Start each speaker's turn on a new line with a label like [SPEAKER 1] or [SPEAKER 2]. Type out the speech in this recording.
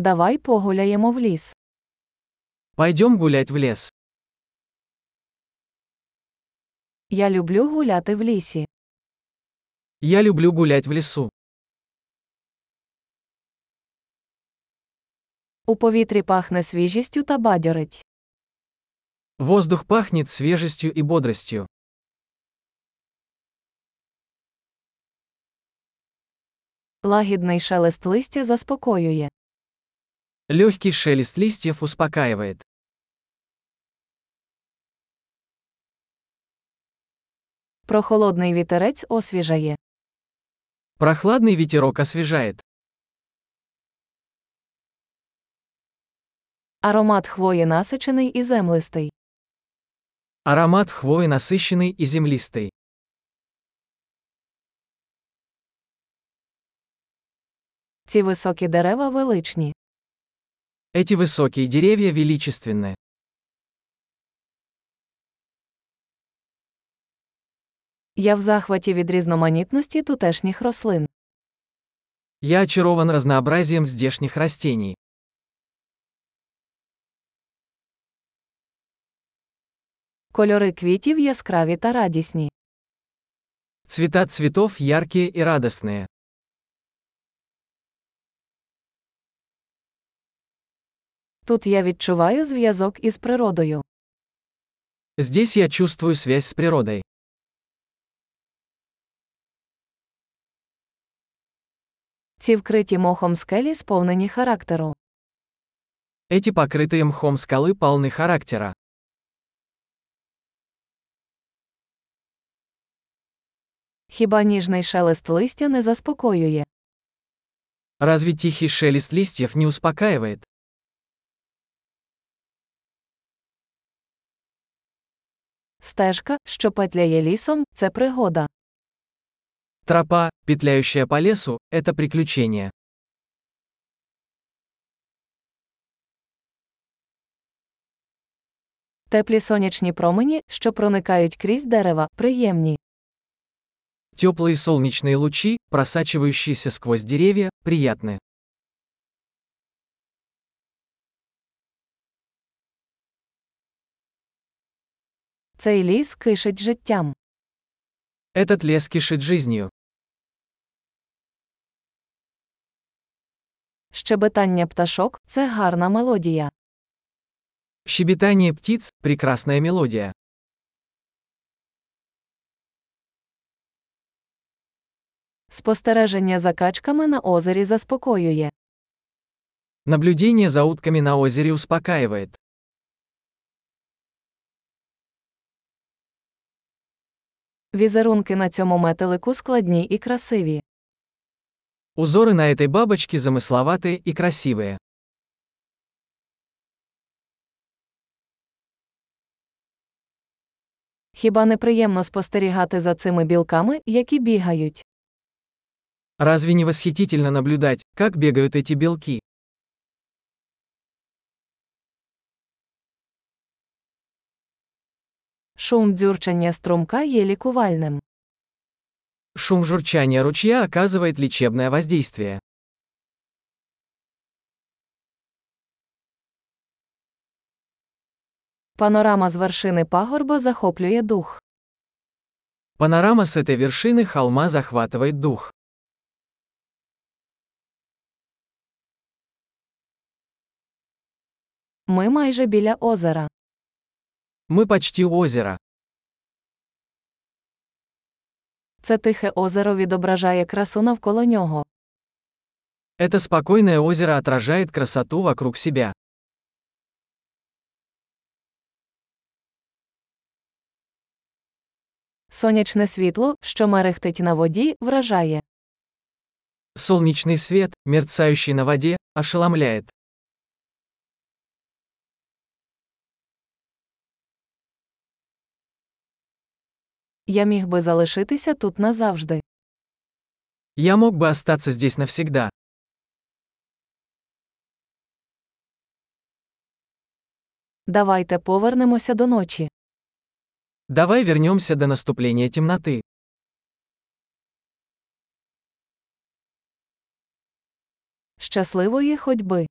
[SPEAKER 1] Давай погуляємо в ліс.
[SPEAKER 2] Пойдем гулять в лес.
[SPEAKER 1] Я люблю гуляти в лісі.
[SPEAKER 2] Я люблю гулять в лесу.
[SPEAKER 1] У повітрі пахне свіжістю та бадьорить.
[SPEAKER 2] Воздух пахнет свежестью и бодростью.
[SPEAKER 1] Лагідний шелест листя заспокоює.
[SPEAKER 2] Легкий шелест листьев успокаивает.
[SPEAKER 1] Прохолодний вітерець освіжає.
[SPEAKER 2] Прохладный ветерок освежает.
[SPEAKER 1] Аромат хвої насичений і землистий.
[SPEAKER 2] Аромат хвои насыщенный и землистый.
[SPEAKER 1] Ці високі дерева величні.
[SPEAKER 2] Эти высокие деревья величественны.
[SPEAKER 1] Я в захваті від різноманітності тутешніх рослин.
[SPEAKER 2] Я очарован разнообразием здешних растений.
[SPEAKER 1] Кольори квітів яскраві та радісні.
[SPEAKER 2] Цвета цветов яркие и радостные.
[SPEAKER 1] Тут я відчуваю зв'язок із природою.
[SPEAKER 2] Здесь я чувствую связь с природой.
[SPEAKER 1] Ці вкриті мохом скелі сповнені характеру.
[SPEAKER 2] Эти покрытые мхом скалы полны характера.
[SPEAKER 1] Хіба ніжний шелест листя не заспокоює?
[SPEAKER 2] Разве тихий шелест листьев не успокаивает?
[SPEAKER 1] Стежка, що петляє лісом, це пригода.
[SPEAKER 2] Тропа, петляющая по лесу, это приключение.
[SPEAKER 1] Теплі сонячні промені, що проникають крізь дерева, приємні.
[SPEAKER 2] Теплые солнечные лучи, просачивающиеся сквозь деревья, приятны.
[SPEAKER 1] Цей ліс кишить життям.
[SPEAKER 2] Этот лес кишит жизнью.
[SPEAKER 1] Щебетання пташок це гарна мелодія.
[SPEAKER 2] Щебетание птиц – прекрасная мелодия.
[SPEAKER 1] Спостереження за качками на озері заспокоює.
[SPEAKER 2] Наблюдение за утками на озере успокаивает.
[SPEAKER 1] Візерунки на цьому метелику складні і красиві.
[SPEAKER 2] Узоры на этой бабочке замысловатые и красивые.
[SPEAKER 1] Хіба не приємно спостерігати за цими білками, які бігають?
[SPEAKER 2] Разве не восхитительно наблюдать, как бегают эти белки?
[SPEAKER 1] Шум дзюрчання струмка є лікувальним.
[SPEAKER 2] Шум журчания ручья оказывает лечебное воздействие.
[SPEAKER 1] Панорама з вершини пагорба захоплює дух.
[SPEAKER 2] Панорама с этой вершины холма захватывает дух.
[SPEAKER 1] Ми майже біля озера.
[SPEAKER 2] Мы почти у озера.
[SPEAKER 1] Це тихе озеро відображає красу навколо нього.
[SPEAKER 2] Это спокойное озеро отражает красоту вокруг себя.
[SPEAKER 1] Сонячне світло, що мерехтить на воді, вражає.
[SPEAKER 2] Солнечный свет, мерцающий на воде, ошеломляет.
[SPEAKER 1] Я міг би залишитися тут назавжди.
[SPEAKER 2] Я мог бы остаться здесь навсегда.
[SPEAKER 1] Давайте повернемося до ночі.
[SPEAKER 2] Давай вернемся до наступления темноты.
[SPEAKER 1] Щасливої ходьби!